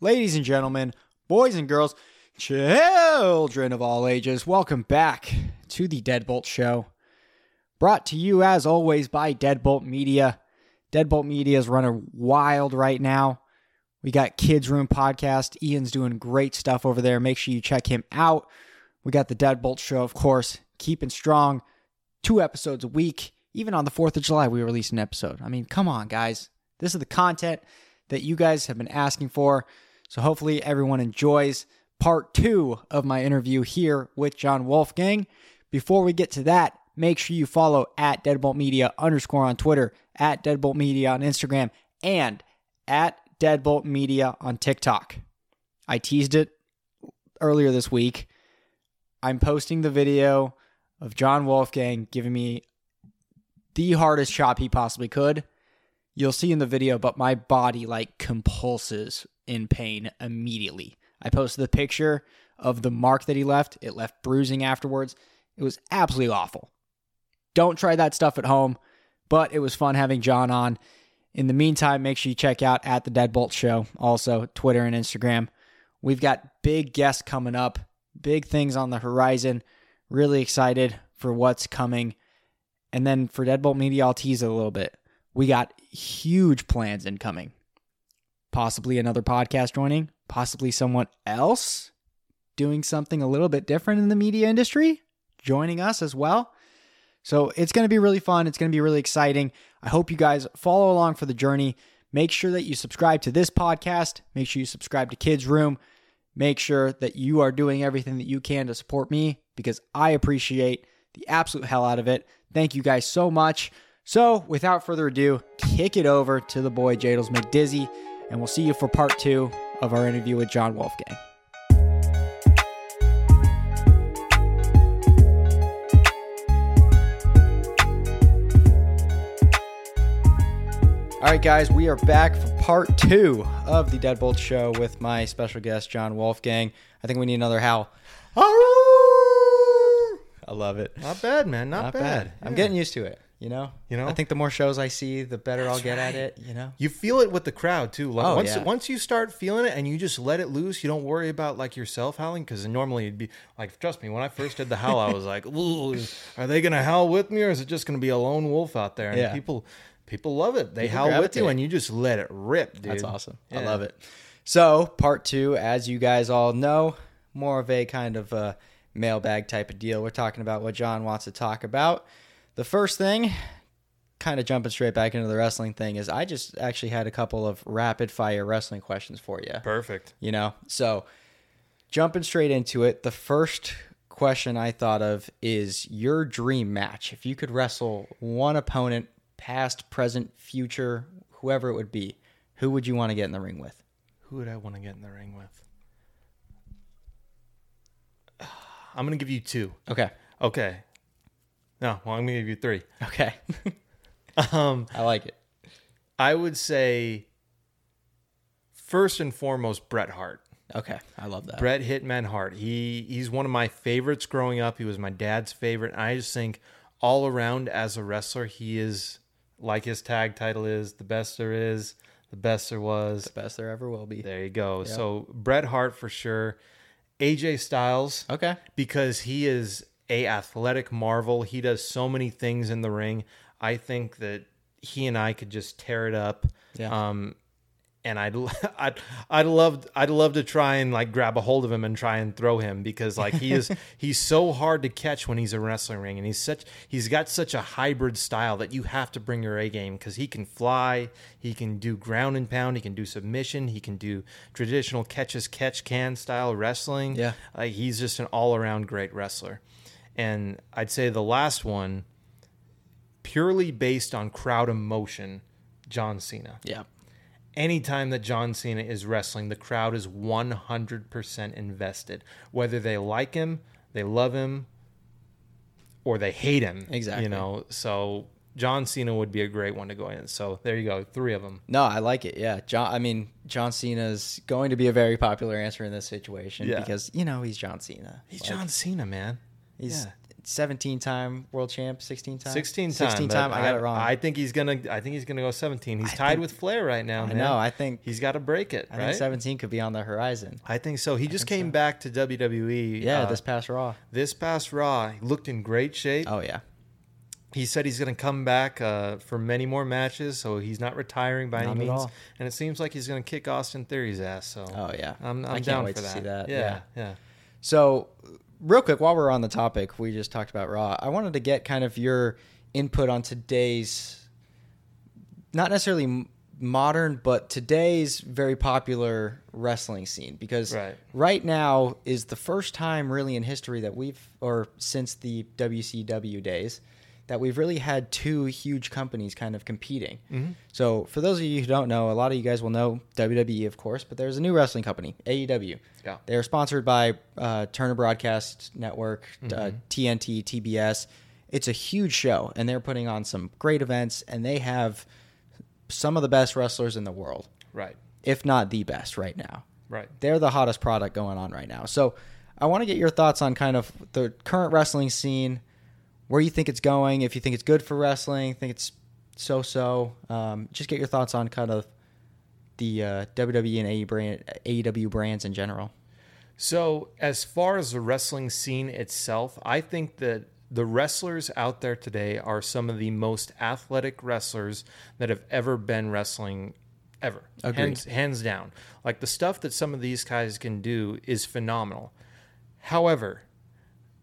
ladies and gentlemen, boys and girls, children of all ages, welcome back to the Deadbolt Show. Brought to you, as always, by Deadbolt Media. Deadbolt Media is running wild right now. We got Kids Room Podcast. Ian's doing great stuff over there. Make sure you check him out. We got the Deadbolt Show, of course, keeping strong. Two episodes a week. Even on the 4th of July, we released an episode. I mean, come on, guys. This is the content that you guys have been asking for. So hopefully everyone enjoys part two of my interview here with John Wolfgang. Before we get to that, make sure you follow at Deadbolt Media underscore on Twitter, at Deadbolt Media on Instagram, and at Deadbolt Media on TikTok. I teased it earlier this week. I'm posting the video of John Wolfgang giving me the hardest chop he possibly could you'll see in the video, but my body like compulses in pain immediately. I posted the picture of the mark that he left. It left bruising afterwards. It was absolutely awful. Don't try that stuff at home, but it was fun having John on. In the meantime, make sure you check out at the Deadbolt Show, also Twitter and Instagram. We've got big guests coming up, big things on the horizon. Really excited for what's coming. And then for Deadbolt Media, I'll tease it a little bit. We got huge plans incoming. Possibly another podcast joining, possibly someone else doing something a little bit different in the media industry, joining us as well. So it's going to be really fun. It's going to be really exciting. I hope you guys follow along for the journey. Make sure that you subscribe to this podcast. Make sure you subscribe to Kids Room. Make sure that you are doing everything that you can to support me because I appreciate the absolute hell out of it. Thank you guys so much. So, without further ado, kick it over to the boy Jadles McDizzy, and we'll see you for part two of our interview with John Wolfgang. All right, guys, we are back for part two of the Deadbolt Show with my special guest, John Wolfgang. I think we need another howl. I love it. Not bad, man. Not, bad. I'm Yeah. getting used to it. You know. You know? I think the more shows I see, the better I'll get at it. You know. You feel it with the crowd too. Like Oh, once yeah. once you start feeling it and you just let it loose, you don't worry about like yourself howling because normally it'd be like trust me when I first did the howl, I was like, Ooh, are they gonna howl with me or is it just gonna be a lone wolf out there? And Yeah. people people love it. They People howl with gravitate. you and you just let it rip, dude. That's awesome. I Yeah. love it. So, part two, as you guys all know, more of a kind of uh mailbag type of deal. We're talking about what John wants to talk about. The first thing, kind of jumping straight back into the wrestling thing, is I just actually had a couple of rapid fire wrestling questions for you. Perfect. You know? So, jumping straight into it, the first question I thought of is your dream match. If you could wrestle one opponent, past, present, future, whoever it would be, who would you want to get in the ring with? Who would I want to get in the ring with? I'm gonna give you two. Okay. Okay. No, well I'm gonna give you three. Okay. Um I like it. I would say first and foremost Bret Hart. Okay. I love that. Bret Hitman Hart. He he's one of my favorites growing up. He was my dad's favorite. I just think all around as a wrestler, he is like his tag title is the best there is, the best there was. Best there ever will be. There you go. So Bret Hart for sure. AJ Styles Okay. because he is a athletic marvel. He does so many things in the ring. I think that he and I could just tear it up. Yeah. Um, and I'd I'd I'd love I'd love to try and like grab a hold of him and try and throw him because like he is he's so hard to catch when he's in a wrestling ring and he's such he's got such a hybrid style that you have to bring your A game because he can fly he can do ground and pound he can do submission he can do traditional catches catch can style wrestling Yeah. like he's just an all around great wrestler and I'd say the last one purely based on crowd emotion John Cena Yeah. anytime that John Cena is wrestling, the crowd is 100% invested. Whether they like him, they love him, or they hate him. Exactly. You know, so John Cena would be a great one to go in. So there you go, three of them. No, I like it. Yeah. John I mean, John Cena's going to be a very popular answer in this situation Yeah. because, you know, he's John Cena. He's Like, John Cena, man. He's Yeah. 17 time world champ, 16 time, 16 time. 16 but Uh, time. I, got it wrong. I think he's gonna. I think he's gonna go 17. He's I tied think- with Flair right now. I man. know. I think he's got to break it. I right? Oh think 17 could be on the horizon. I think so. He just think came so. back to WWE. Yeah, uh, this past Raw. this past Raw. He looked in great shape. Oh yeah, He said he's going to come back uh, for many more matches, so he's not retiring by Not any at means. all. And it seems like he's going to kick Austin Theory's ass. So oh yeah. I'm, I'm I can't down wait for to that. see that. Yeah, yeah. So, real quick, while we're on the topic, we just talked about Raw. I wanted to get kind of your input on today's, not necessarily m- modern, but today's very popular wrestling scene because Right. now is the first time really in history that we've, or since the WCW days, that we've really had two huge companies kind of competing. So, for those of you who don't know, a lot of you guys will know WWE, of course, but there's a new wrestling company, AEW. Yeah. They're sponsored by uh, Turner Broadcast Network, uh, TNT, TBS. It's a huge show, and they're putting on some great events, and they have some of the best wrestlers in the world, Right, if not the best right now. right. They're the hottest product going on right now. So I want to get your thoughts on kind of the current wrestling scene, where you think it's going, if you think it's good for wrestling, think it's so so. Um, just get your thoughts on kind of the uh, WWE and AE brand, AEW brands in general. So, as far as the wrestling scene itself, I think that the wrestlers out there today are some of the most athletic wrestlers that have ever been wrestling ever. Agreed. Hands, hands down. Like the stuff that some of these guys can do is phenomenal. However,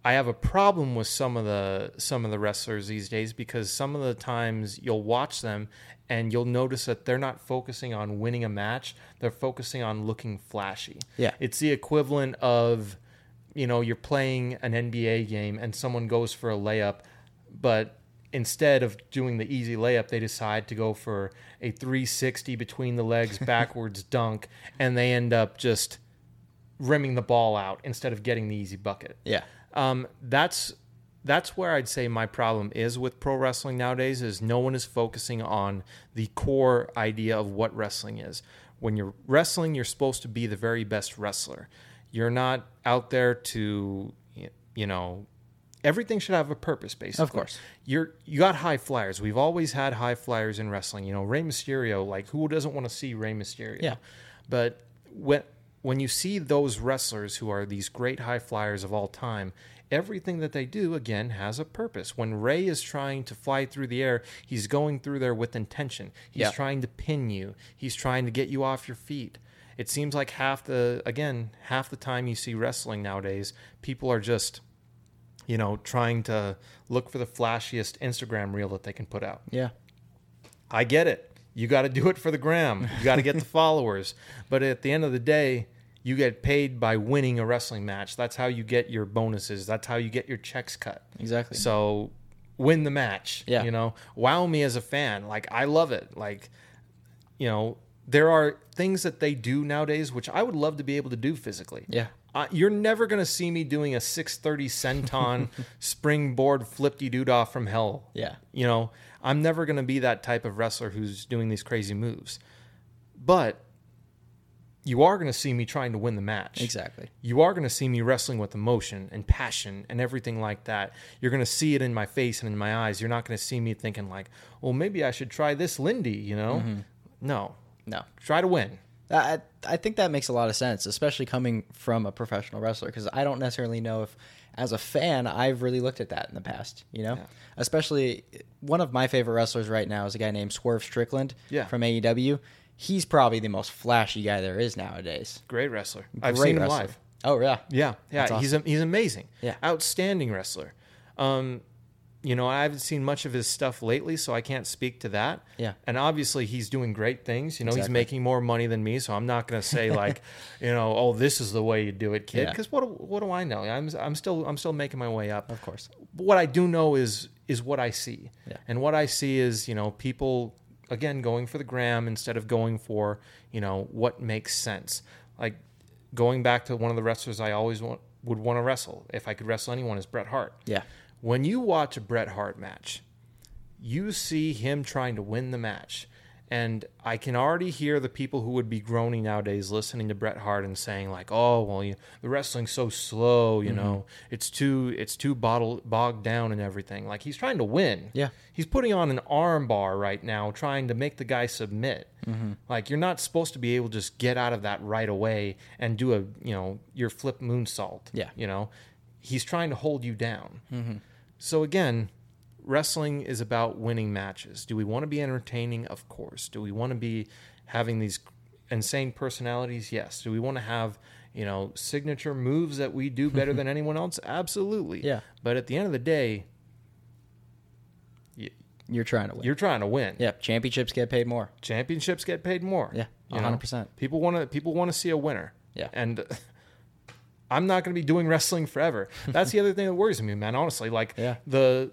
I have a problem with some of the some of the wrestlers these days because some of the times you'll watch them and you'll notice that they're not focusing on winning a match, they're focusing on looking flashy. Yeah. It's the equivalent of you know, you're playing an NBA game and someone goes for a layup, but instead of doing the easy layup, they decide to go for a 360 between the legs backwards dunk and they end up just rimming the ball out instead of getting the easy bucket Yeah. um, that's that's where I'd say my problem is with pro wrestling nowadays is no one is focusing on the core idea of what wrestling is. When you're wrestling, you're supposed to be the very best wrestler. You're not out there to y- you know everything should have a purpose basically. course. You're you got high flyers. We've always had high flyers in wrestling. You know, Rey Mysterio, like who doesn't want to see Rey Mysterio? Yeah. But when when you see those wrestlers who are these great high flyers of all time, everything that they do again has a purpose. When Ray is trying to fly through the air, he's going through there with intention. He's Yeah. trying to pin you. He's trying to get you off your feet. It seems like half the again, half the time you see wrestling nowadays, people are just you know, trying to look for the flashiest Instagram reel that they can put out. Yeah. I get it. You got to do it for the gram. You got to get the followers. But at the end of the day, you get paid by winning a wrestling match. That's how you get your bonuses. That's how you get your checks cut. Exactly. So win the match. Yeah. You know, wow me as a fan. Like, I love it. Like, you know, there are things that they do nowadays, which I would love to be able to do physically. Yeah. Uh, you're never going to see me doing a 630 centon springboard flippy dude off from hell. Yeah. You know, I'm never going to be that type of wrestler who's doing these crazy moves. But you are going to see me trying to win the match. Exactly. You are going to see me wrestling with emotion and passion and everything like that. You're going to see it in my face and in my eyes. You're not going to see me thinking like, "Well, maybe I should try this Lindy," you know? Mm-hmm. No. No. Try to win. I, I think that makes a lot of sense, especially coming from a professional wrestler, because I don't necessarily know if, as a fan, I've really looked at that in the past, you know? Especially one of my favorite wrestlers right now is a guy named Swerve Strickland Yeah. from AEW. He's probably the most flashy guy there is nowadays. Great wrestler. I've Great seen him wrestler. live. Oh, yeah. Yeah, yeah, That's he's a, he's amazing. Yeah. outstanding wrestler. Um, you know, I haven't seen much of his stuff lately, so I can't speak to that. Yeah. and obviously he's doing great things. You know, he's Exactly. making more money than me, so I'm not going to say like, you know, oh, this is the way you do it, kid. Yeah. Because what what do I know? I'm I'm still I'm still making my way up Of course. what I do know is is what I see, Yeah. and what I see is you know people again going for the gram instead of going for you know what makes sense. Like going back to one of the wrestlers I always want, would want to wrestle if I could wrestle anyone is Bret Hart. Yeah. When you watch a Bret Hart match, you see him trying to win the match. And I can already hear the people who would be groaning nowadays listening to Bret Hart and saying like, "Oh, well, you, the wrestling's so slow, Mm-hmm. you know. It's too it's too bottled bogged down and everything." Like he's trying to win. Yeah. He's putting on an arm bar right now trying to make the guy submit. Mm-hmm. Like you're not supposed to be able to just get out of that right away and do a, you know, your flip moonsault. Yeah. You know, he's trying to hold you down. So again, wrestling is about winning matches. Do we want to be entertaining? Of course. Do we want to be having these insane personalities? Yes. Do we want to have, you know, signature moves that we do better than anyone else? Absolutely. Yeah. But at the end of the day, You're trying to win. you're trying to win. Yep. Championships get paid more. Championships get paid more. Yeah, You know? 100%. People want to people want to see a winner. Yeah. And I'm not going to be doing wrestling forever. That's the other thing that worries me, man. Honestly, like Yeah. the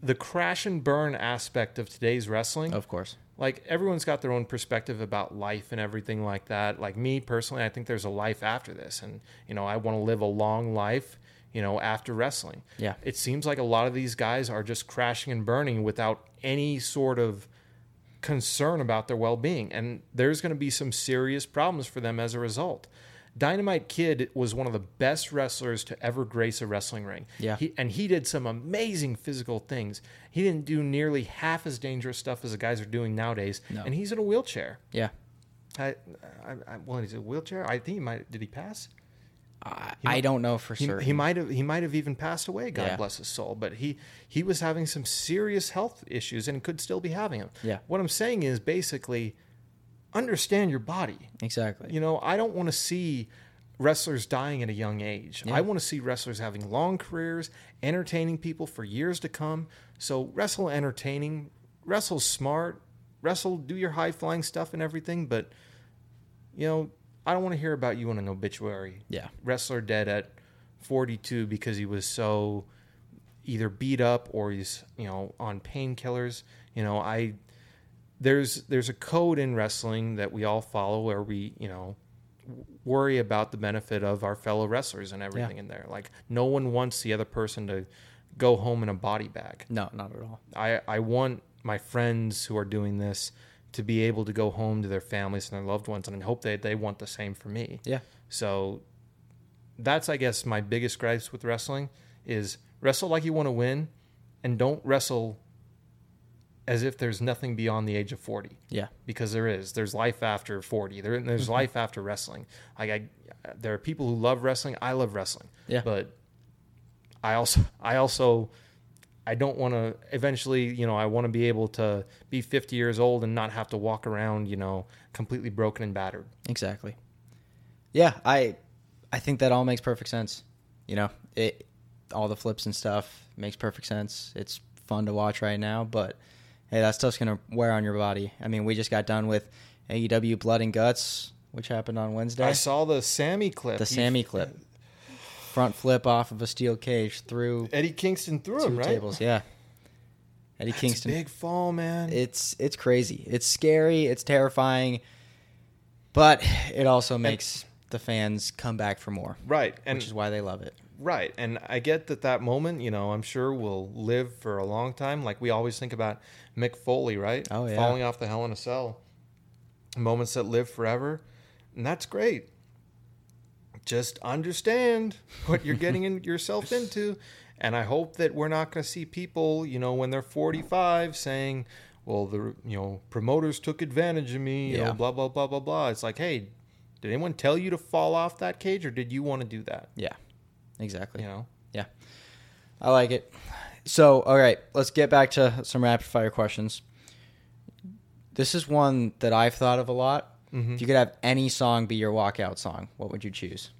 the crash and burn aspect of today's wrestling. Of course. Like everyone's got their own perspective about life and everything like that. Like me personally, I think there's a life after this, and you know, I want to live a long life. You know, after wrestling, Yeah. it seems like a lot of these guys are just crashing and burning without any sort of concern about their well-being and there's going to be some serious problems for them as a result dynamite kid was one of the best wrestlers to ever grace a wrestling ring Yeah. he, and he did some amazing physical things he didn't do nearly half as dangerous stuff as the guys are doing nowadays and he's in a wheelchair Yeah. I, I, I well he's in a wheelchair i think he might did he pass I, I don't know for he, sure. he might have he might have even passed away god Yeah. bless his soul but he he was having some serious health issues and could still be having them Yeah. what i'm saying is basically understand your body exactly. you know i don't want to see wrestlers dying at a young age i want to see wrestlers having long careers entertaining people for years to come so wrestle entertaining wrestle smart wrestle do your high flying stuff and everything but you know i don't want to hear about you in an obituary Yeah. wrestler dead at 42 because he was so either beat up or he's you know on painkillers you know i there's there's a code in wrestling that we all follow where we you know w- worry about the benefit of our fellow wrestlers and everything in there like no one wants the other person to go home in a body bag No, not at all. I, I want my friends who are doing this to be able to go home to their families and their loved ones and I hope that they want the same for me. Yeah. So that's I guess my biggest gripes with wrestling is wrestle like you want to win and don't wrestle as if there's nothing beyond the age of 40 Yeah. because there is there's life after 40 there, there's Mm-hmm. life after wrestling like I, there are people who love wrestling i love wrestling Yeah. but i also i also i don't want to eventually you know i want to be able to be 50 years old and not have to walk around you know completely broken and battered Exactly. Yeah, I I think that all makes perfect sense. You know, it all the flips and stuff makes perfect sense. It's fun to watch right now, but hey, that stuff's gonna wear on your body. I mean, we just got done with AEW Blood and Guts, which happened on Wednesday. i saw the sammy clip the He- Sammy clip, front flip off of a steel cage through eddie kingston threw two him right tables. Yeah, Eddie That's a Kingston big fall man it's it's crazy. It's scary. It's terrifying. But it also makes the fans come back for more, right and which is why they love it. Right. And I get that that moment, you know, I'm sure will live for a long time. Like we always think about Mick Foley, right? Oh, yeah. Falling off the Hell in a Cell. Moments that live forever. And that's great. Just understand what you're getting in, yourself into. And I hope that we're not going to see people, you know, when they're 45 saying, well, the, you know, promoters took advantage of me, you Yeah. know, blah, blah, blah, blah, blah. It's like, hey, did anyone tell you to fall off that cage or did you want to do that? Yeah. Exactly. You know? Yeah. I like it. So, all right, let's get back to some rapid fire questions. This is one that I've thought of a lot. Mm-hmm. If you could have any song be your walkout song, what would you choose?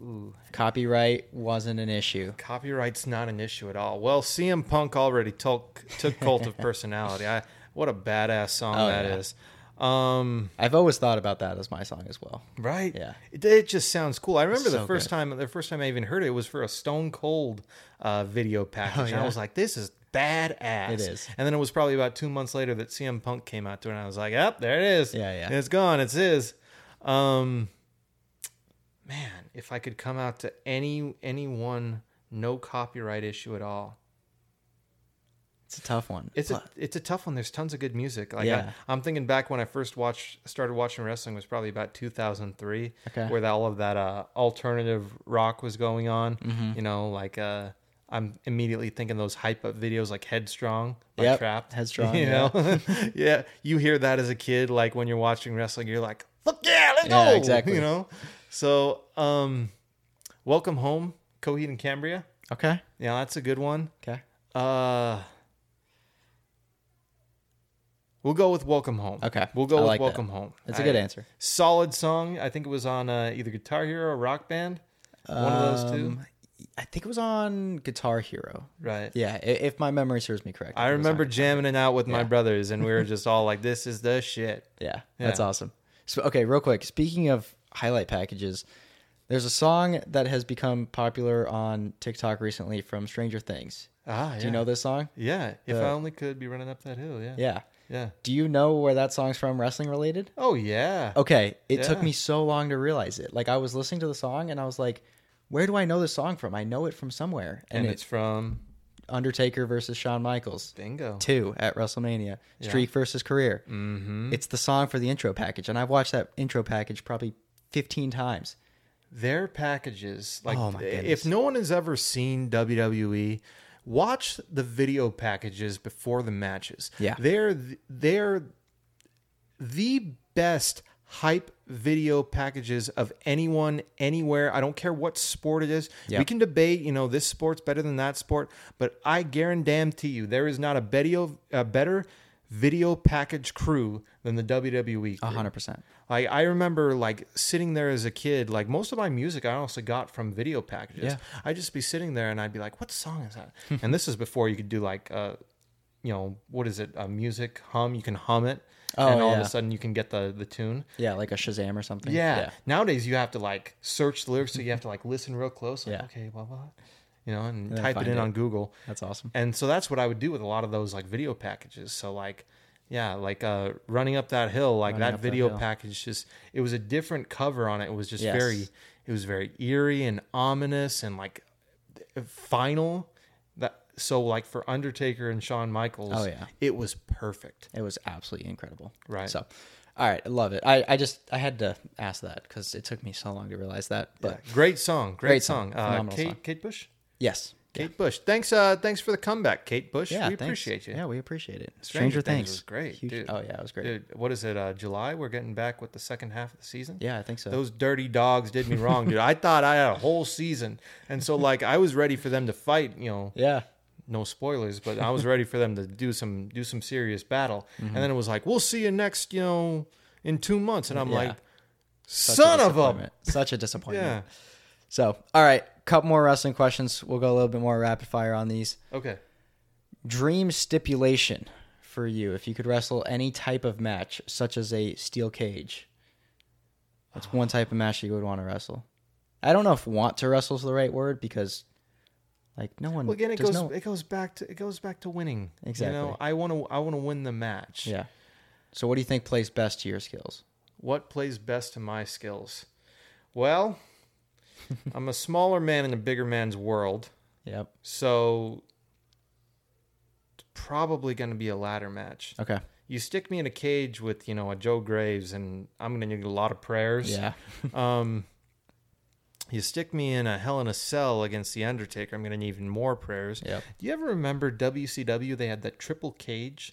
Ooh. Copyright wasn't an issue. Copyright's not an issue at all. Well, CM Punk already took took Cult of Personality. I, what a badass song Oh, that yeah. is. Um, I've always thought about that as my song as well. right? Yeah. It, it just sounds cool. I remember so the first good. time the first time I even heard it was for a Stone Cold uh, video package. And Oh, yeah. I was like, this is badass. It is. And then it was probably about two months later that CM Punk came out to it, and I was like, yep, there it is. Yeah, yeah. It's gone. It's his. Um, man, if I could come out to any anyone, no copyright issue at all. It's a tough one. It's a But- it's a tough one. There's tons of good music. Like Yeah. I, I'm thinking back when I first watched started watching wrestling was probably about 2003, Okay. where that, all of that uh, alternative rock was going on. Mm-hmm. You know, like uh, I'm immediately thinking those hype up videos like Headstrong by Yep. Trapped. Headstrong, you yeah. know, yeah. You hear that as a kid, like when you're watching wrestling, you're like, "Fuck yeah, let's Yeah, go!" exactly. You know. So, um, welcome home, Coheed and Cambria. okay. Yeah, that's a good one. Okay. Uh, we'll go with Welcome Home. Okay. We'll go I with like that. Welcome Home. That's a good I- answer. Solid song. I think it was on uh, either Guitar Hero or Rock Band. One of those two. Um, I think it was on Guitar Hero. Right. Yeah, i- if my memory serves me correct. I it was on- remember jamming it out with my Yeah. brothers, and we were just all like, "This is the shit." Yeah, that's Yeah. awesome. So, okay, real quick. Speaking of highlight packages, there's a song that has become popular on TikTok recently from Stranger Things. Ah, yeah. Do you know this song? Yeah. If The- I only could be running up that hill. Yeah. Yeah. Yeah. Do you know where that song's from, wrestling related? Oh yeah. Okay, it took Yeah. me so long to realize it. Like, I was listening to the song and I was like, where do I know this song from? I know it from somewhere. and And, it's it's from Undertaker versus Shawn Michaels. Bingo. Two at WrestleMania, streak versus career. Mm-hmm. It's the song for the intro package, and I've watched that intro package probably 15 times. their packages like Oh, my if goodness. no one has ever seen WWE watch the video packages before the matches Yeah. they're th- they're the best hype video packages of anyone anywhere i don't care what sport it is Yeah. we can debate you know this sport's better than that sport but i guarantee you there is not a bedio- a better video package crew than the E. wwe crew. hundred percent. Like I remember like sitting there as a kid, like most of my music I also got from video packages. Yeah. I'd just be sitting there and I'd be like, what song is that? and this is before you could do like uh you know, what is it? A music hum, you can hum it and Oh, all of yeah. a sudden you can get the the tune. Yeah, like a Shazam or something. Yeah. Nowadays you have to like search the lyrics, so you have to like listen real close. Like, Yeah. okay, well, what? You know, and, then type it find in it. on Google. that's awesome. And so that's what I would do with a lot of those like video packages. So like yeah, like uh running up that hill, like Running that Up That video Hill. package just it was a different cover on it. It was just Yes. very it was very eerie and ominous and like final that so like for Undertaker and Shawn Michaels, Oh, yeah. it was perfect. It was absolutely incredible. Right. So, all right, I love it. I, I just I had to ask that because it took me so long to realize that. But Great song, great, Great song. song, Uh, phenomenal Kate song. Kate Bush? yes, Kate Bush. Thanks uh thanks for the comeback, Kate Bush. yeah, we thanks. appreciate you. Yeah, we appreciate it. Stranger Stranger, Things Things, was great, Huge- dude. Oh yeah, it was great. Dude, what is it? Uh, July? We're getting back with the second half of the season. Yeah, I think so. Those dirty dogs did me wrong, dude. I thought I had a whole season, and so like I was ready for them to fight. You know, yeah, no spoilers, but I was ready for them to do some do some serious battle. Mm-hmm. And then it was like, we'll see you next, you know, in two months. And I'm Yeah. like, Such a son of a disappointment. such a disappointment. yeah. So, all right, couple more wrestling questions. We'll go a little bit more rapid fire on these. Okay. Mm, Dream stipulation for you if you could wrestle any type of match, such as a steel cage. That's one type of match that you would want to wrestle. I don't know if "want to wrestle" is the right word because, like, no one. Well, again, it there's goes no- it goes back to it goes back to winning. You know, Exactly. I want to I want to win the match. yeah. So, what do you think plays best to your skills? What plays best to my skills? Well, I'm a smaller man in a bigger man's world, Yep. so it's probably going to be a ladder match. Okay. You stick me in a cage with, you know, a Joe Graves, and I'm going to need a lot of prayers. Yeah. Um, you stick me in a Hell in a Cell against the Undertaker, I'm going to need even more prayers. Yep. Do you ever remember WCW? They had that triple cage.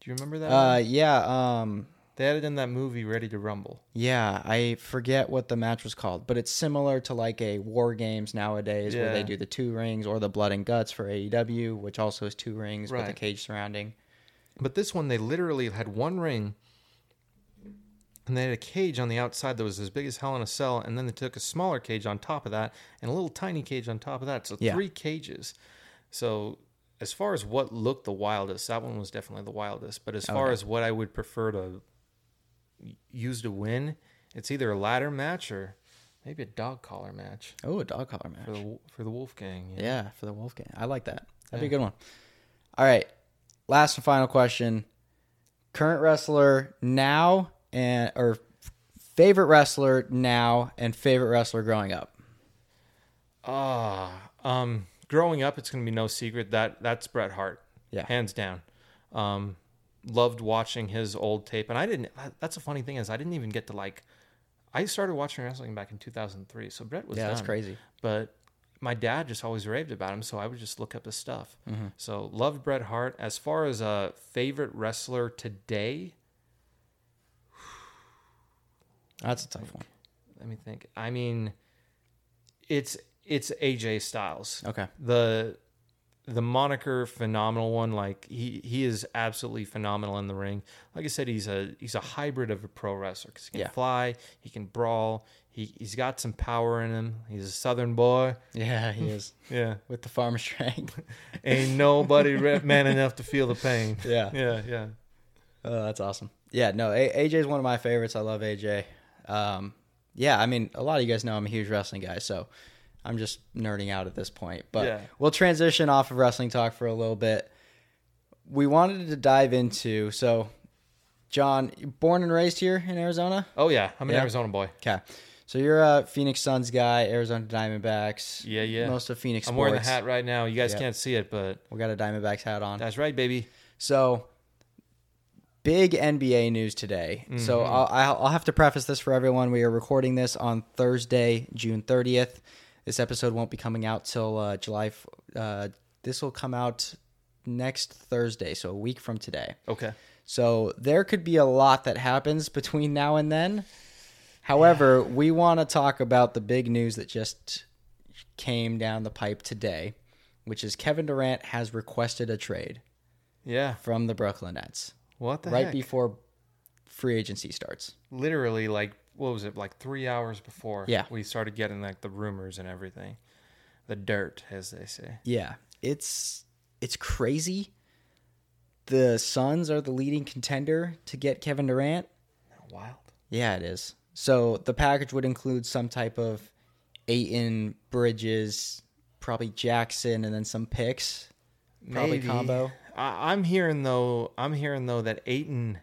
Do you remember that? Uh, one? yeah. Um, They had it in that movie Ready to Rumble. yeah. I forget what the match was called, but it's similar to like a War Games nowadays, where Yeah. they do the two rings or the Blood and Guts for AEW, which also is two rings with a Right. cage surrounding. But this one, they literally had one ring, and they had a cage on the outside that was as big as Hell in a Cell, and then they took a smaller cage on top of that, and a little tiny cage on top of that. So Yeah. three cages. So as far as what looked the wildest, that one was definitely the wildest. But as far as what I would prefer to y- use to win, it's either a ladder match or maybe a dog collar match Oh, a dog collar match. for the wo- for the Wolfgang. you know? yeah, for the Wolfgang. I like that. That'd be a good one. All right. Last and final question. Current wrestler now and or favorite wrestler now and favorite wrestler growing up. Ah, um, growing up, it's gonna be no secret that that's Bret Hart. Yeah. hands down. Um, loved watching his old tape, and I didn't. That's a funny thing is I didn't even get to like. I started watching wrestling back in 2003, so Brett was yeah, that's done. crazy. But my dad just always raved about him, so I would just look up his stuff. Mm-hmm. So loved Bret Hart. As far as a favorite wrestler today, That's a tough one. let me think. I mean, it's it's AJ Styles. Okay. the the moniker phenomenal one like he he is absolutely phenomenal in the ring like i said he's a he's a hybrid of a pro wrestler 'cause he can Yeah. fly he can brawl he, he's got some power in him he's a southern boy Yeah, he is yeah with the farm strength. ain't nobody rep man enough to feel the pain yeah. yeah yeah Oh, that's awesome. Yeah, no, A- AJ is one of my favorites. I love AJ. Um, yeah, I mean, a lot of you guys know I'm a huge wrestling guy, so I'm just nerding out at this point. But Yeah. we'll transition off of wrestling talk for a little bit. We wanted to dive into so, John, you born and raised here in Arizona. oh yeah i'm an Yeah. arizona boy Okay, so you're a Phoenix Suns guy, Arizona Diamondbacks. Yeah, yeah. Most of Phoenix. i'm wearing the sports. hat right now you guys Yeah. can't see it but We got a Diamondbacks hat on. that's right baby So, big NBA news today. So, I'll, I'll I'll have to preface this for everyone. We are recording this on Thursday, June 30th. This episode won't be coming out till uh, July. f- Uh, this will come out next Thursday, so a week from today. okay So, there could be a lot that happens between now and then. However, we want to talk about the big news that just came down the pipe today, which is Kevin Durant has requested a trade yeah from the Brooklyn Nets what the right heck? before free agency starts. literally like what was it like three hours before Yeah. we started getting like the rumors and everything the dirt as they say Yeah, it's it's crazy. The Suns are the leading contender to get Kevin Durant. wild Yeah, it is. So the package would include some type of Aiton, Bridges, probably Jackson, and then some picks. Probably combo. I, i'm hearing though i'm hearing though that Aiton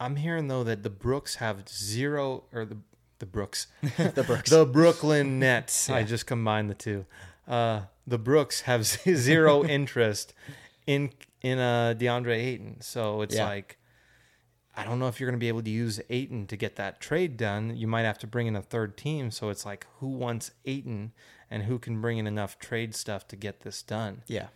i'm hearing though that the brooks have zero or the the brooks The Brooks. the brooklyn nets i just combined the two uh the brooks have zero interest in in uh deandre Ayton. so it's Yeah. like I don't know if you're going to be able to use Aiton to get that trade done. You might have to bring in a third team. So it's like, who wants Aiton and who can bring in enough trade stuff to get this done? yeah.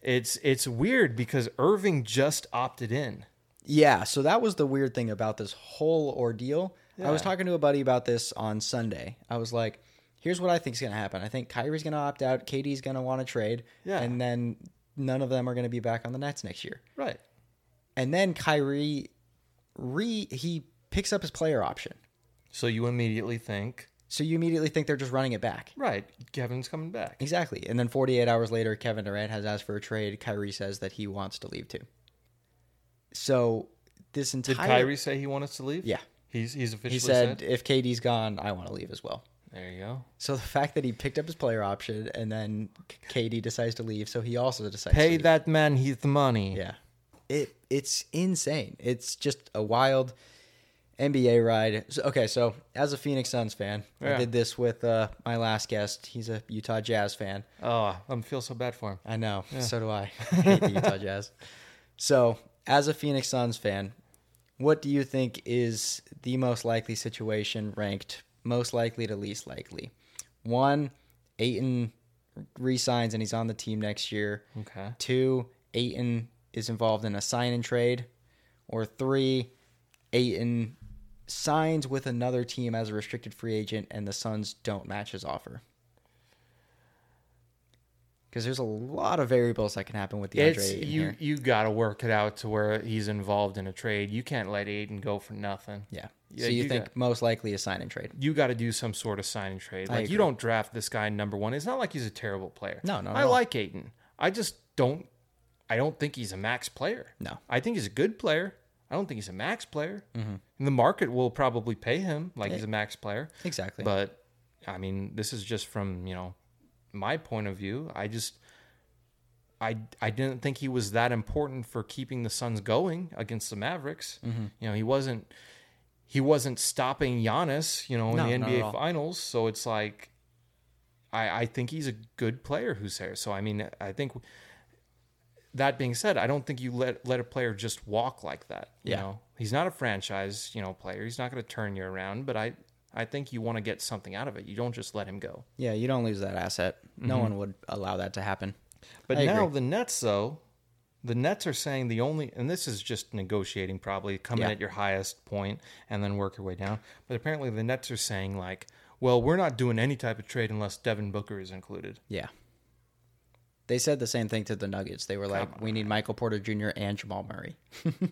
It's it's weird because Irving just opted in. Yeah, so that was the weird thing about this whole ordeal. I was Yeah. talking to a buddy about this on Sunday. I was like, here's what I think's going to happen. I think Kyrie's going to opt out, Katie's going to want to trade, Yeah. and then none of them are going to be back on the Nets next year. Right. And then Kyrie re he picks up his player option. So you immediately think, So you immediately think they're just running it back. right, Kevin's coming back. Exactly. And then 48 hours later, Kevin Durant has asked for a trade. Kyrie says that he wants to leave too. So this entire Did Kyrie say he wanted to leave? Yeah. He's he's officially he said, if KD's gone, I want to leave as well. There you go. So the fact that he picked up his player option and then K- KD decides to leave, so he also decides to Pay leave. that man his money. Yeah. It it's insane. It's just a wild NBA ride. So, okay, so as a Phoenix Suns fan, I Yeah. did this with uh, my last guest. He's a Utah Jazz fan. Oh, I feel so bad for him. I know. So do I. I hate the Utah Jazz. So, as a Phoenix Suns fan, what do you think is the most likely situation ranked most likely to least likely? One, Aiton resigns and he's on the team next year. Okay. Two, Aiton is involved in a sign and trade. Or three, Aiton signs with another team as a restricted free agent and the Suns don't match his offer. Because there's a lot of variables that can happen with the It's Aiton you. here. You got to work it out to where he's involved in a trade. You can't let Aiden go for nothing. Yeah. Yeah, so you, you think got- most likely a sign and trade? You got to do some sort of sign and trade. I Like agree. you don't draft this guy number one. It's not like he's a terrible player. No, not at I all. like Aiden. I just don't. I don't think he's a max player. No. I think he's a good player. I don't think he's a max player. Mm-hmm. And the market will probably pay him like he's a max player. Exactly. But I mean, this is just from, you know, my point of view. I just I I didn't think he was that important for keeping the Suns going against the Mavericks. Mm-hmm. You know, he wasn't he wasn't stopping Giannis, you know, in No, the not at all. NBA finals. So it's like I, I think he's a good player who's there. So I mean, I think that being said, I don't think you let let a player just walk like that. You Yeah. know, he's not a franchise you know player. He's not going to turn you around. But I I think you want to get something out of it. You don't just let him go. Yeah, you don't lose that asset. Mm-hmm. No one would allow that to happen. But I agree. now the Nets, though, the Nets are saying the only, and this is just negotiating, probably coming Yeah. at your highest point and then work your way down. But apparently the Nets are saying like, well, we're not doing any type of trade unless Devin Booker is included. Yeah. They said the same thing to the Nuggets. They were like, "We need Michael Porter Jr. and Jamal Murray."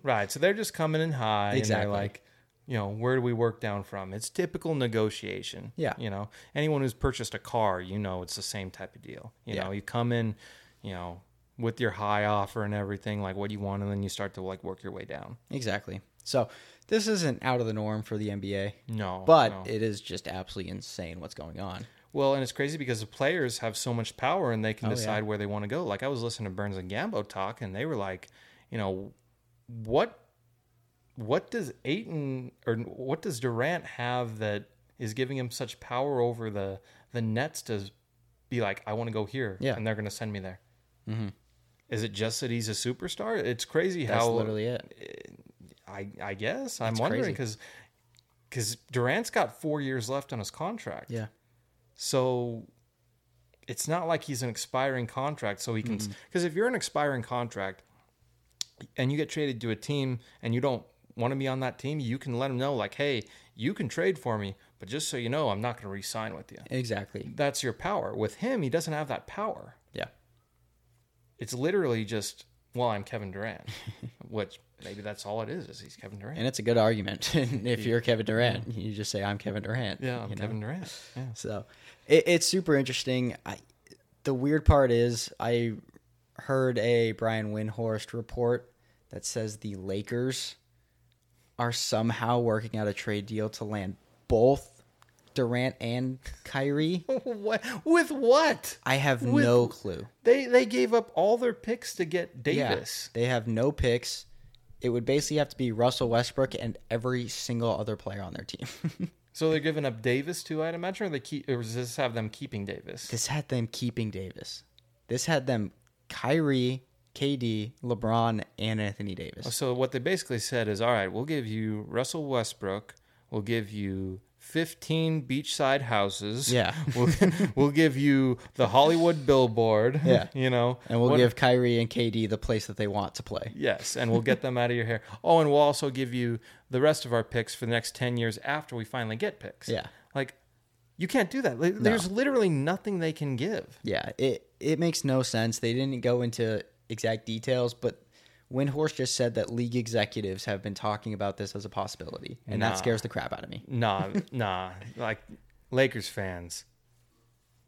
right. So they're just coming in high. And Exactly. they're like. You know, where do we work down from? It's typical negotiation. Yeah. You know, anyone who's purchased a car, you know, it's the same type of deal. You Yeah. know, you come in, you know, with your high offer and everything, like what you want, and then you start to like work your way down. Exactly. So this isn't out of the norm for the NBA, No. but no. it is just absolutely insane what's going on. Well, and it's crazy because the players have so much power and they can Oh, yeah. decide where they want to go. Like I was listening to Burns and Gambo talk, and they were like, you know, what, what does Aiton or what does Durant have that is giving him such power over the the Nets to be like, I want to go here, Yeah. Mm-hmm. and they're going to send me there. Is it just that he's a superstar? It's crazy That's how literally it. I I guess I'm That's wondering crazy. because because Durant's got four years left on his contract. Yeah. So it's not like he's an expiring contract. So he can, because Mm-hmm. if you're an expiring contract and you get traded to a team and you don't want to be on that team, you can let them know, like, hey, you can trade for me, but just so you know, I'm not going to re sign with you. Exactly. That's your power. With him, he doesn't have that power. Yeah. It's literally just, well, I'm Kevin Durant, which maybe that's all it is, is he's Kevin Durant. And it's a good argument. if you're Kevin Durant, you just say, "I'm Kevin Durant." yeah, I'm you know? Kevin Durant. Yeah. So it, it's super interesting. I, the weird part is I heard a Brian Windhorst report that says the Lakers are somehow working out a trade deal to land both Durant and Kyrie. what? With what? I have With- no clue. They they gave up all their picks to get Yeah, Davis. they have no picks. It would basically have to be Russell Westbrook and every single other player on their team. So they're giving up Davis too, I'd imagine, or they keep or does this have them keeping Davis? This had them keeping Davis. This had them Kyrie, KD, LeBron, and Anthony Davis. So what they basically said is, all right, we'll give you Russell Westbrook, we'll give you fifteen beachside houses. Yeah. We'll, we'll give you the Hollywood billboard. Yeah. You know. And we'll What- give Kyrie and KD the place that they want to play. Yes, and we'll get them out of your hair. Oh, and we'll also give you the rest of our picks for the next 10 years after we finally get picks. Yeah. Like, you can't do that. Like, There's literally nothing they can give. Yeah, it it makes no sense. They didn't go into exact details, but Windhorst just said that league executives have been talking about this as a possibility, and Nah. that scares the crap out of me. Nah, nah. Like, Lakers fans.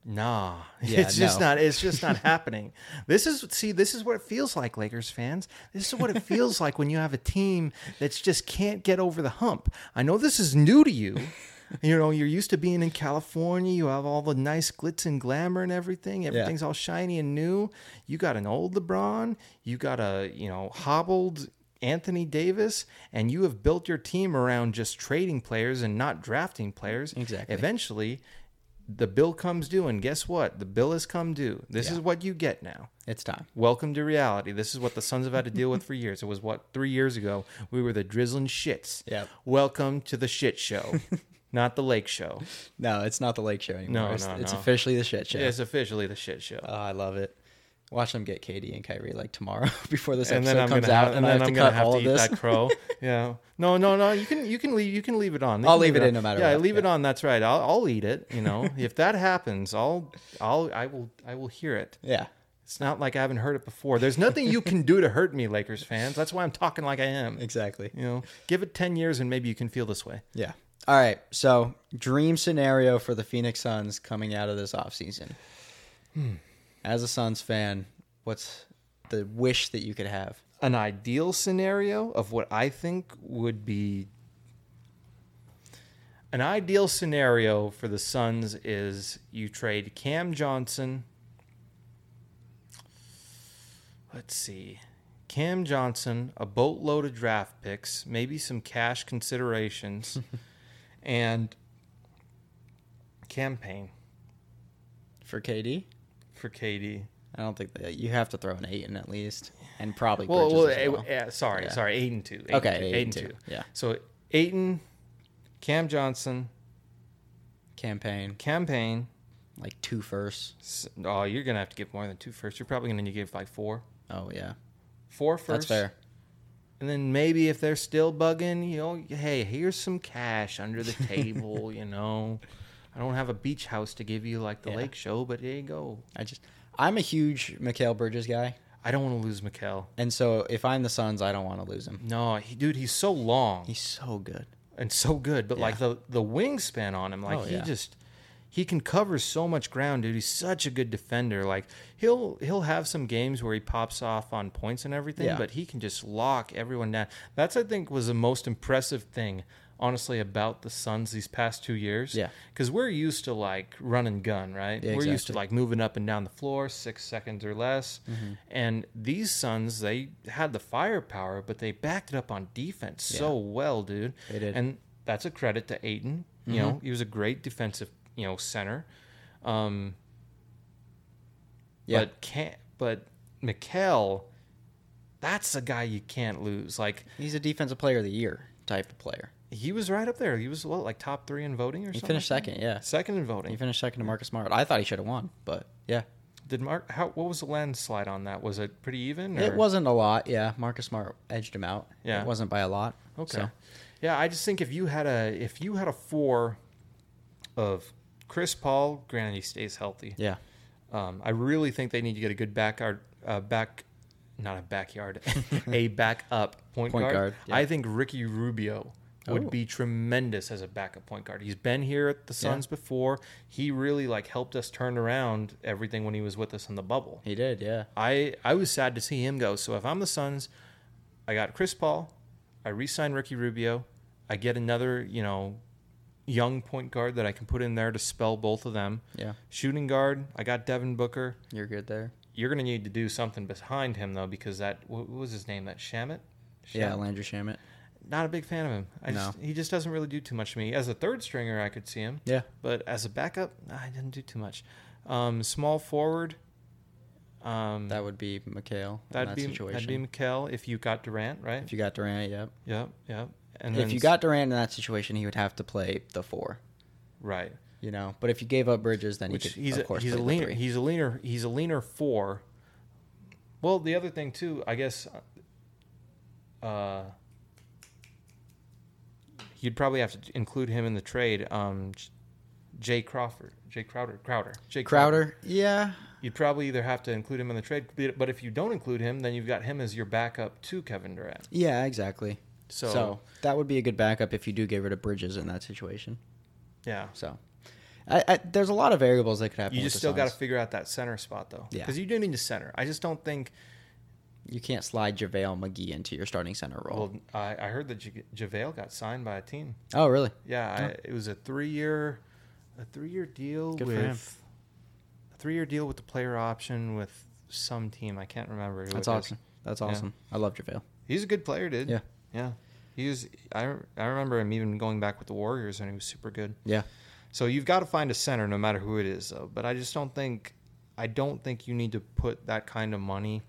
Nah, Yeah, it's just no. not. It's just not happening. This is see. This is what it feels like, Lakers fans. This is what it feels like when you have a team that's just can't get over the hump. I know this is new to you. You know, you're used to being in California. You have all the nice glitz and glamour and everything. Everything's all shiny and new. You got an old LeBron. You got a you know hobbled. Anthony Davis, and you have built your team around just trading players and not drafting players. Exactly. Eventually, the bill comes due, and guess what? The bill has come due. This is what you get now. It's time. Welcome to reality. This is what the Suns have had to deal with for years. It was what three years ago we were the drizzling shits. Yep. Welcome to the shit show, not the lake show. No, it's not the Lake Show anymore. No, it's, no, it's no. officially the shit show. It's officially the shit show. Oh, I love it. Watch them get KD and Kyrie like tomorrow before this and episode then I'm comes gonna out, have, and, I then have I'm to gonna cut have all to of eat this. that crow. yeah. No, no, no. You can you can leave you can leave it on. They I'll can leave it on. in no matter Yeah, what, leave it on. That's right. I'll I'll eat it. You know, if that happens, I'll I'll I will I will hear it. yeah, It's not like I haven't heard it before. There's nothing you can do to hurt me, Lakers fans. That's why I'm talking like I am. exactly. You know, give it 10 years and maybe you can feel this way. Yeah. All right. So, dream scenario for the Phoenix Suns coming out of this offseason. Hmm. As a Suns fan, what's the wish that you could have? An ideal scenario of what I think would be an ideal scenario for the Suns is you trade Cam Johnson. Let's see. Cam Johnson, a boatload of draft picks, maybe some cash considerations, and campaign For KD? for KD. I don't think that you have to throw an eight in at least. and probably Well, Bridges well, as eh, well. eh, sorry, sorry, eight and two. Eight Okay, and two, eight and two, yeah. So Aiton, Cam Johnson, campaign campaign. like two firsts. s- Oh, you're gonna have to give more than two first. You're probably gonna need to give like four, Oh yeah, four first. that's fair. And then maybe if they're still bugging, you know, hey, here's some cash under the table. you know, I don't have a beach house to give you like the lake show, but there you go. I just I'm a huge Mikhail Bridges guy, I don't want to lose Mikel. and so if I'm the Suns, I don't want to lose him. No, he, dude, he's so long. He's so good. and so good. But like the the wingspan on him, like Oh, he yeah. just he can cover so much ground, dude. He's such a good defender. Like he'll he'll have some games where he pops off on points and everything, Yeah. but he can just lock everyone down. That's I think was the most impressive thing, honestly, about the Suns these past two years. Yeah. because we're used to like run and gun, right? Yeah, we're used to exactly. like moving up and down the floor, six seconds or less. Mm-hmm. And these Suns, they had the firepower, but they backed it up on defense so well, dude. They did. Mm-hmm. And that's a credit to Aiton. You know, he was a great defensive, you know, center. Um, Yeah. But can't. But Mikel, that's a guy you can't lose. Like He's a defensive player of the year type of player. he was right up there. He was what, like top three in voting or He something. finished like second, yeah. that? Second in voting. He finished second to Marcus Smart. I thought he should have won, but yeah. Did Mark? How? What was the landslide on that? Was it pretty even? Or? It wasn't a lot, yeah. Marcus Smart edged him out. Yeah. It wasn't by a lot. Okay. so. Yeah, I just think if you had a if you had a four of Chris Paul, granted he stays healthy. yeah. Um, I really think they need to get a good backyard, uh, back, not a backyard, a back up point, Point guard. guard, yeah. I think Ricky Rubio would Oh. be tremendous as a backup point guard. He's been here at the Suns before. He really like helped us turn around everything when he was with us in the bubble. He did, yeah. I I was sad to see him go. So if I'm the Suns, I got Chris Paul, I re-sign Ricky Rubio, I get another you know young point guard that I can put in there to spell both of them. Yeah. Shooting guard, I got Devin Booker. You're good there. You're gonna need to do something behind him though because that wh- what was his name that Shamit. Yeah, Landry Shamit. Not a big fan of him. I just, he just doesn't really do too much to me. As a third stringer, I could see him. Yeah. But as a backup, I didn't do too much. Um, small forward. Um, That would be Mikhail in That'd that be situation. that'd be Mikel if you got Durant, right? if you got Durant, yep. yep, yep. And if then you s- got Durant in that situation, he would have to play the four, right, you know. But if you gave up Bridges, then he which could, he's of a, course, he's a play the leaner three. he's a leaner he's a leaner four. Well, the other thing too, I guess, uh, you'd probably have to include him in the trade. Um, J- Jay Crawford, Jay Crowder, Crowder, Jay Crowder, yeah. You'd probably either have to include him in the trade, but if you don't include him, then you've got him as your backup to Kevin Durant. Yeah, exactly. So, so that would be a good backup if you do get rid of Bridges in that situation. yeah, So I, I, there's a lot of variables that could happen. You with just the still got to Suns. figure out that center spot though. Yeah. Because you do need a center. I just don't think. You can't slide JaVale McGee into your starting center role. Well, I, I heard that ja- JaVale got signed by a team. oh, really? Yeah, I, it was a three-year, a three-year deal Good for him. with, a three-year deal with the player option with some team. I can't remember. Who That's it is. awesome. That's awesome. I love JaVale. He's a good player, dude. Yeah. Yeah. He was. I I remember him even going back with the Warriors, and he was super good. Yeah. So you've got to find a center, no matter who it is, though. But I just don't think, I don't think you need to put that kind of money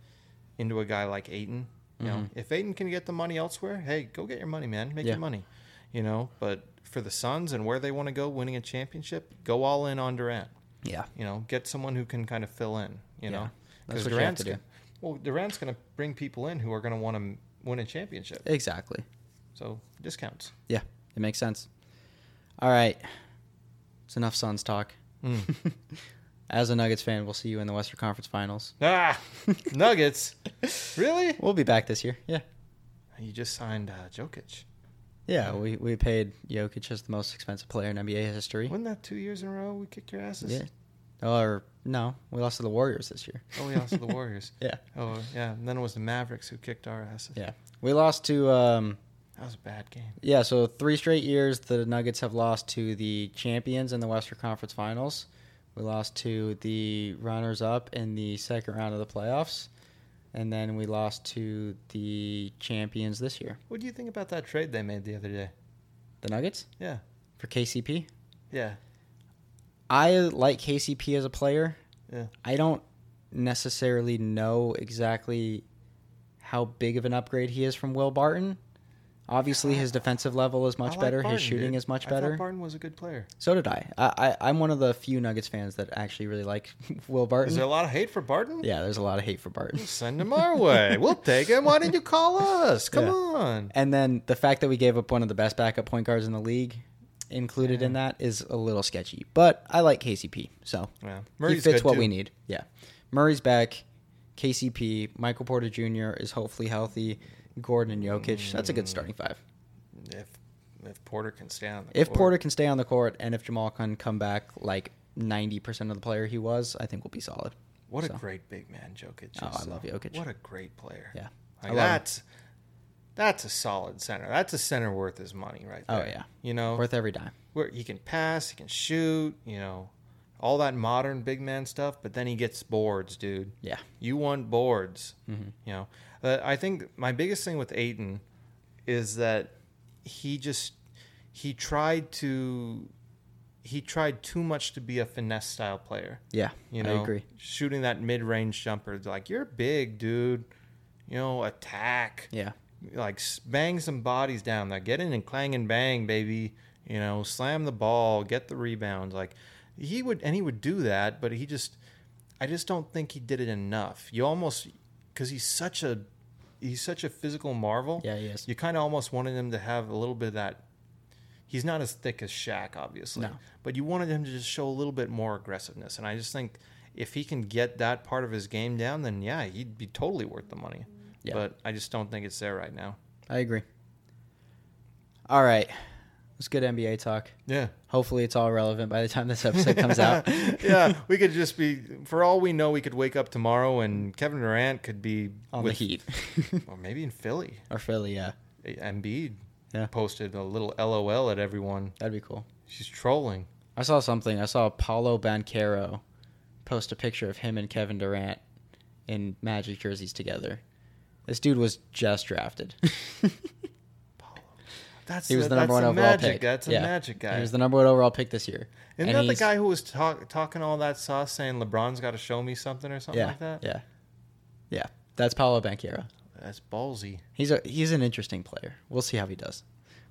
into a guy like Aiton. You know, if Aiton can get the money elsewhere, hey, go get your money, man. Make Mm-hmm. Yeah. your money. You know, but for the Suns and where they want to go, winning a championship, go all in on Durant. Yeah. You know, get someone who can kind of fill in. You know, That's 'Cause what you have to gonna- do. well, Durant's going to bring people in who are going to want to win a championship. Exactly. So discounts. Yeah. It makes sense. All right. It's enough Suns talk. Hmm. As a Nuggets fan, we'll see you in the Western Conference Finals. Ah, Nuggets. Really? We'll be back this year. Yeah. You just signed uh, Jokic. Yeah. We, we paid Jokic as the most expensive player in NBA history. Wasn't that two years in a row we kicked your asses? Yeah. Or no, we lost to the Warriors this year. Oh, we lost to the Warriors. Yeah. Oh, yeah. And then it was the Mavericks who kicked our asses. Yeah. We lost to um That was a bad game. yeah, so three straight years the Nuggets have lost to the champions in the Western Conference Finals. We lost to the runners up in the second round of the playoffs. And then we lost to the champions this year. What do you think about that trade they made the other day? The Nuggets Yeah. for KCP. Yeah. I like KCP as a player. Yeah. I don't necessarily know exactly how big of an upgrade he is from Will Barton. Obviously, his defensive level is I much like better. Barton, his shooting dude. is much I thought better. Barton was a good player. so did I. I, I. I'm one of the few Nuggets fans that actually really like Will Barton. Is there a lot of hate for Barton? yeah, there's a lot of hate for Barton. Send him our way. We'll take him. Why didn't you call us? Come Yeah. on. And then the fact that we gave up one of the best backup point guards in the league included in that is a little sketchy. But I like KCP, so Yeah. he Murray's fits good, what too. we need. Yeah, Murray's back. KCP, Michael Porter Jr. is hopefully healthy. Gordon and Jokic, that's a good starting five. If if Porter can stay on the If court. Porter can stay on the court and if Jamal can come back like ninety percent of the player he was, I think we'll be solid. What So. a great big man Jokic. Oh, is, I love though. Jokic. What a great player. Yeah. I Like, love him. that's that's a solid center. That's a center worth his money right Oh, there. yeah. You know, Worth every dime. where he can pass, he can shoot, you know, all that modern big man stuff, but then he gets boards, dude. Yeah. You want boards. Mm-hmm. You know, uh, I think my biggest thing with Aiton is that he just he tried to he tried too much to be a finesse style player. Yeah. You know, I agree. shooting that mid range jumper, it's like you're big, dude. You know, attack. Yeah. Like s- bang some bodies down there. Get in and clang and bang, baby. You know, slam the ball, get the rebounds. Like he would, and he would do that, but he just, I just don't think he did it enough. You almost, because he's such a, he's such a physical marvel. Yeah, he is. You kind of almost wanted him to have a little bit of that. He's not as thick as Shaq, obviously, No. but you wanted him to just show a little bit more aggressiveness. And I just think if he can get that part of his game down, then yeah, he'd be totally worth the money. Yeah. But I just don't think it's there right now. I agree. All right. Let's get NBA talk. Yeah. Hopefully, it's all relevant by the time this episode comes out. yeah, we could just be. For all we know, we could wake up tomorrow and Kevin Durant could be On with, the Heat or maybe in Philly. or Philly, yeah, Embiid Yeah. posted a little LOL at everyone. that'd be cool. She's trolling. I saw something. I saw Paulo Banquero post a picture of him and Kevin Durant in Magic jerseys together. This dude was just drafted. That's He was the that's number one a overall magic. pick. That's a Yeah. magic guy. He was the number one overall pick this year. Isn't And that the he's- guy who was talk, talking all that sauce, saying LeBron's got to show me something or something Yeah, like that? yeah, yeah. That's Paulo Banquero. That's ballsy. He's a he's an interesting player. We'll see how he does.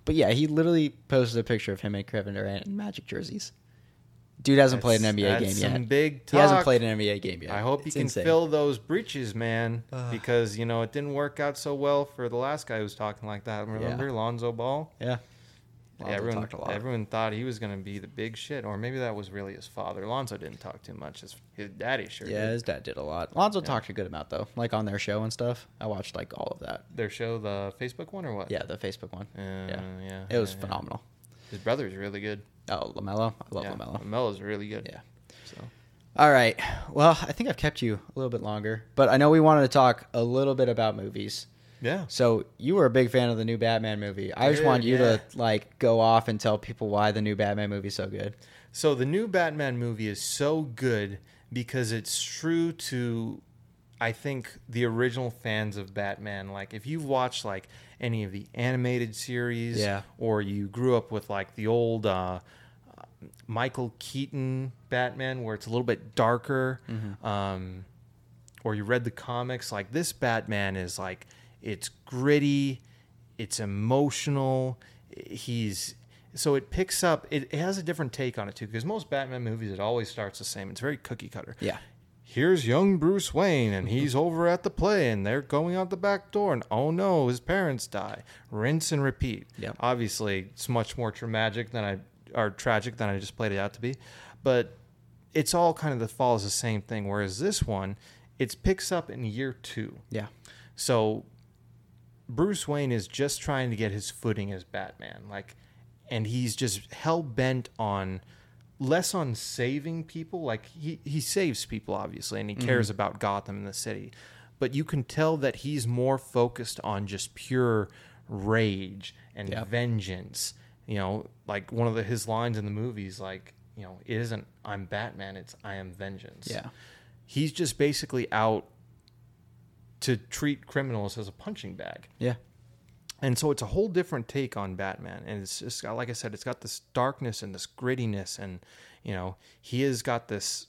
But yeah, he literally posted a picture of him and Kevin Durant in Magic jerseys. Dude hasn't played an That's- NBA game that's some yet. big He hasn't talk. played an NBA game yet. I hope he It's can insane. fill those breaches, man, because you know it didn't work out so well for the last guy who was talking like that. Remember Lonzo Ball? Yeah. Yeah, Lonzo everyone, talked a lot. everyone thought he was going to be the big shit, or maybe that was really his father. Lonzo didn't talk too much. His, his daddy sure yeah, did. his dad did a lot. Lonzo talked a good amount though, like on their show and stuff. I watched like all of that. Their show, the Facebook one, or what? Yeah, the Facebook one. Uh, yeah, It was yeah, yeah. phenomenal. His brother's really good. Oh, Lamelo, I love yeah, Lamelo. Lamelo's really good. Yeah. So. All right. Well, I think I've kept you a little bit longer, but I know we wanted to talk a little bit about movies. Yeah. So you were a big fan of the new Batman movie. I just Dude, want you to yeah. like go off and tell people why the new Batman movie's so good. So the new Batman movie is so good because it's true to I think the original fans of Batman. Like if you've watched like any of the animated series Yeah. or you grew up with like the old uh Michael Keaton Batman, where it's a little bit darker, um, or you read the comics, like this Batman is like it's gritty, it's emotional. He's so it picks up. It, it has a different take on it too, because most Batman movies it always starts the same. It's very cookie cutter. Yeah. Here's young Bruce Wayne, and he's over at the play, and they're going out the back door, and oh no, his parents die. Rinse and repeat. Yep. Obviously, it's much more traumatic than I or tragic than I just played it out to be, but it's all kind of the follows the same thing. Whereas this one, it picks up in year two. Yeah. So Bruce Wayne is just trying to get his footing as Batman, like, and he's just hell bent on less on saving people. Like he he saves people obviously, and he cares about Gotham and the city, but you can tell that he's more focused on just pure rage and vengeance. You know, like one of the, his lines in the movies, like you know, it isn't I'm Batman, it's I am vengeance. Yeah. he's just basically out to treat criminals as a punching bag. Yeah. And so it's a whole different take on Batman. And it's just got, like I said, it's got this darkness and this grittiness. And, you know, he has got this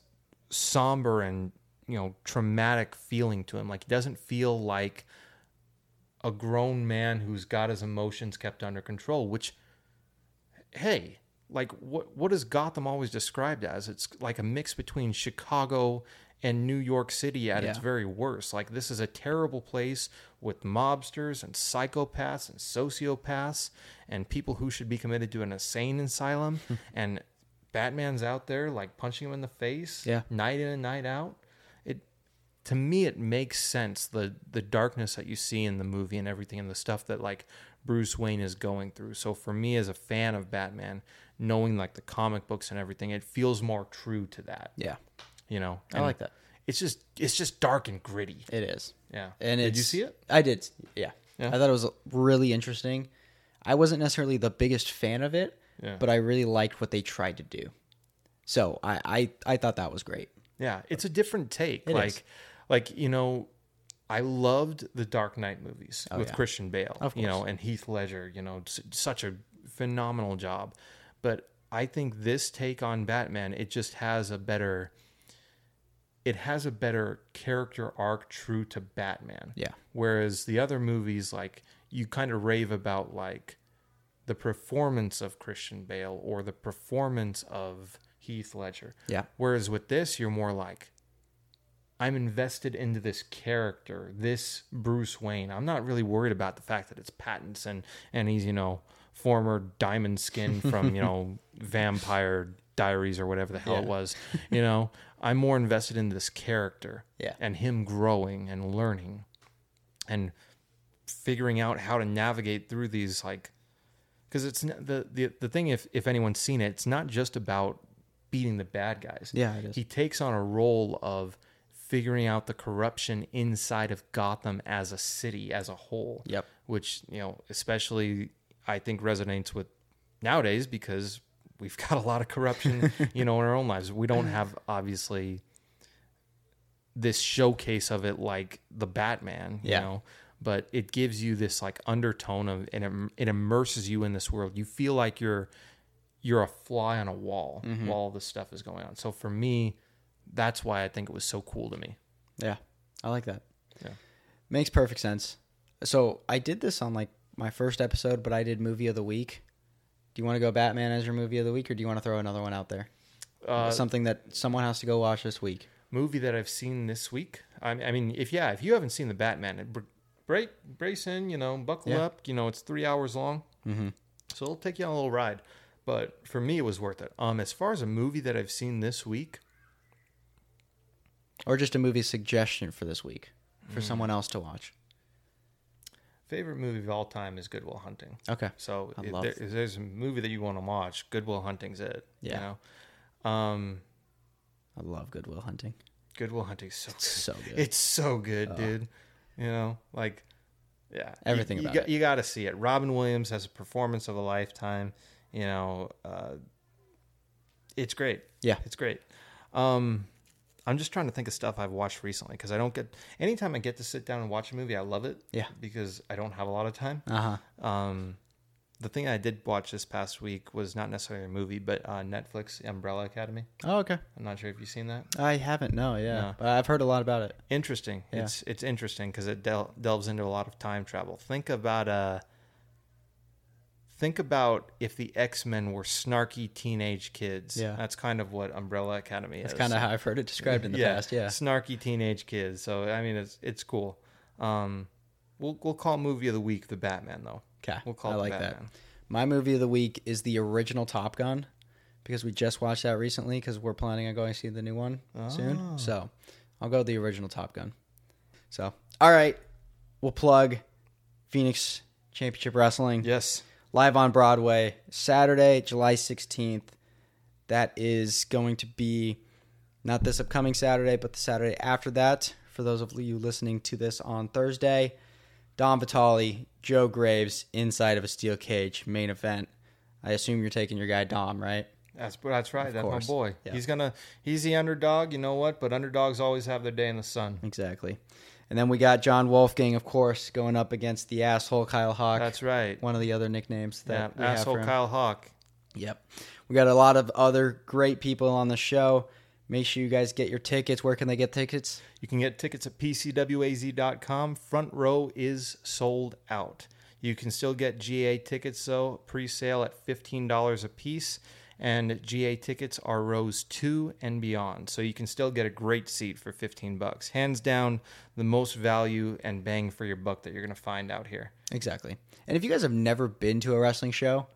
somber and, you know, traumatic feeling to him. Like he doesn't feel like a grown man who's got his emotions kept under control, which hey, like what what is Gotham always described as? It's like a mix between Chicago and New York City at its Yeah. very worst. Like this is a terrible place with mobsters and psychopaths and sociopaths and people who should be committed to an insane asylum and Batman's out there like punching him in the face Yeah. night in and night out. It to me it makes sense the the darkness that you see in the movie and everything and the stuff that like Bruce Wayne is going through. So for me as a fan of Batman, knowing like the comic books and everything, it feels more true to that. Yeah, You know, I And like that. It's just it's just dark and gritty. It is. Yeah. And did it's, you see it? I did. Yeah. Yeah. I thought it was really interesting. I wasn't necessarily the biggest fan of it, Yeah. but I really liked what they tried to do. So I I, I thought that was great. Yeah, it's a different take. It like, is. like you know, I loved the Dark Knight movies with Oh, yeah. Christian Bale, Of you know, course. and Heath Ledger. You know, s- such a phenomenal job. But I think this take on Batman, it just has a better. It has a better character arc, true to Batman. Yeah. Whereas the other movies, like you kind of rave about, like the performance of Christian Bale or the performance of Heath Ledger. Yeah. Whereas with this, you're more like, I'm invested into this character, this Bruce Wayne. I'm not really worried about the fact that it's patents and and he's you know former diamond skin from you know vampire diaries or whatever the hell it was. You know, I'm more invested in this character Yeah. and him growing and learning and figuring out how to navigate through these like because it's n- the, the the thing if if anyone's seen it it's not just about beating the bad guys Yeah, it is. he takes on a role of figuring out the corruption inside of gotham as a city as a whole Yep. which you know especially i think resonates with nowadays because we've got a lot of corruption you know in our own lives we don't have obviously this showcase of it like the Batman, you Yeah. know, but it gives you this like undertone of and it, it immerses you in this world. You feel like you're you're a fly on a wall Mm-hmm. while all this stuff is going on. So for me, that's why I think it was so cool to me. Yeah. I like that. Yeah. Makes perfect sense. So I did this on like my first episode, but I did movie of the week. Do you want to go Batman as your movie of the week or do you want to throw another one out there? Uh, Something that someone has to go watch this week. movie that I've seen this week. I, I mean, if yeah, if you haven't seen the Batman, br- break brace in, you know, buckle Yeah. up. You know, it's three hours long, Mhm. so it'll take you on a little ride. But for me, it was worth it. Um, as far as a movie that I've seen this week, Or just a movie suggestion for this week Hmm. for someone else to watch. favorite movie of all time is Goodwill Hunting. Okay. So I if, love- there, if there's a movie that you want to watch, Goodwill Hunting's it. Yeah. You know? Um, I love Goodwill Hunting. Goodwill Hunting's so good. So good. It's so good, dude. You know, like, yeah, Everything You, about you, got, you got to see it. Robin Williams has a performance of a lifetime. You know, uh, it's great. Yeah. it's great. Um, I'm just trying to think of stuff I've watched recently because I don't get anytime I get to sit down and watch a movie, I love it. Yeah. because I don't have a lot of time. Uh huh. Um, the thing I did watch this past week was not necessarily a movie, but uh, Netflix Umbrella Academy. Oh, okay. I'm not sure if you've seen that. I haven't. No, yeah. No. But I've heard a lot about it. Interesting. Yeah. It's it's interesting because it del- delves into a lot of time travel. Think about uh, think about if the X Men were snarky teenage kids. Yeah. that's kind of what Umbrella Academy That's is. kind of how I've heard it described in the past. Yeah. snarky teenage kids. So I mean, it's it's cool. Um, we'll we'll call movie of the week the Batman though. Okay. We'll call I it The like that. Batman. My movie of the week is the original Top Gun because we just watched that recently because we're planning on going to see the new one soon. So I'll go with the original Top Gun. So, all right. We'll plug Phoenix Championship Wrestling. Yes. live on Broadway Saturday, July 16th. That is going to be not this upcoming Saturday, but the Saturday after that. For those of you listening to this on Thursday, Don Vitale, Joe Graves, inside of a steel cage, main event. I assume you're taking your guy Dom, right? That's that's right. That's course. my boy. Yeah. He's gonna he's the underdog. You know what? But underdogs always have their day in the sun. Exactly. And then we got John Wolfgang, of course, going up against the asshole Kyle Hawk. That's right. one of the other nicknames Yeah, that we have for asshole him. Kyle Hawk. Yep. We got a lot of other great people on the show. Make sure you guys get your tickets. Where can they get tickets? You can get tickets at pcwaz.com. Front row is sold out. You can still get GA tickets though, pre-sale at $15 a piece, and GA tickets are rows 2 and beyond. So you can still get a great seat for 15 bucks. Hands down the most value and bang for your buck that you're going to find out here. Exactly. And if you guys have never been to a wrestling show,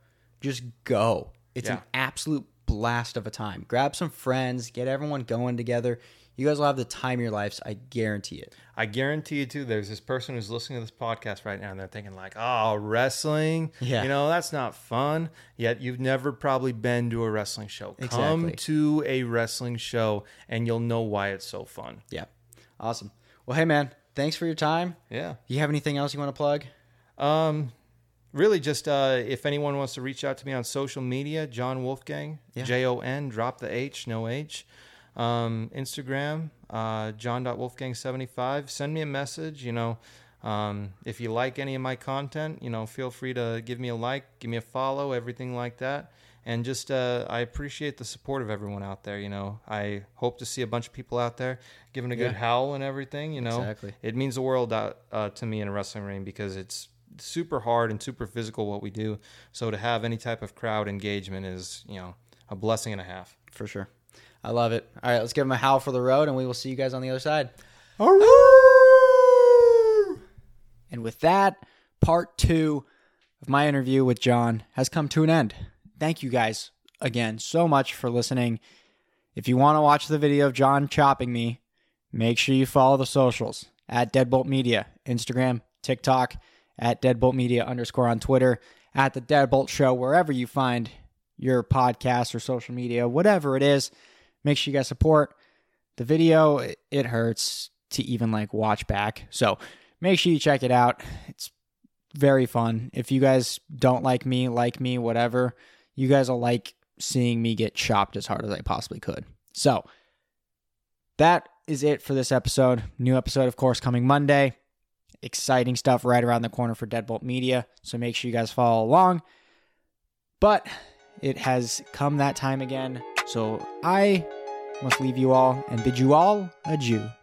just go. It's an Yeah. absolute blast of a time. Grab some friends, get everyone going together. You guys will have the time of your lives. I guarantee it. I guarantee you too. There's this person who's listening to this podcast right now, and they're thinking like, "Oh, wrestling, Yeah. you know, that's not fun." Yet you've never probably been to a wrestling show. Come Exactly. to a wrestling show, and you'll know why it's so fun. Yeah. Awesome. Well, hey, man, thanks for your time. Yeah. Do you have anything else you want to plug? Um, really, just uh, if anyone wants to reach out to me on social media, John Wolfgang, Yeah. J O N, drop the H, no H. Um, Instagram, uh, John.Wolfgang75. Send me a message. You know, um, if you like any of my content, you know, feel free to give me a like, give me a follow, everything like that. And just, uh, I appreciate the support of everyone out there. You know, I hope to see a bunch of people out there giving a good howl and everything. You know, Exactly. it means the world uh, uh, to me in a wrestling ring because it's super hard and super physical what we do. So to have any type of crowd engagement is, you know, a blessing and a half. For sure. I love it. All right, let's give them a howl for the road, and we will see you guys on the other side. And with that, part two of my interview with John has come to an end. Thank you guys again so much for listening. If you want to watch the video of John chopping me, make sure you follow the socials at Deadbolt Media, Instagram, TikTok, at Deadbolt Media underscore on Twitter, at The Deadbolt Show, wherever you find your podcast or social media, whatever it is. Make sure you guys support the video it- it hurts to even like watch back so make sure you check it out it's very fun if you guys don't like me like me whatever you guys will like seeing me get chopped as hard as i possibly could so that is it for this episode new episode of course coming monday exciting stuff right around the corner for deadbolt media so make sure you guys follow along but it has come that time again so i must leave you all and bid you all adieu.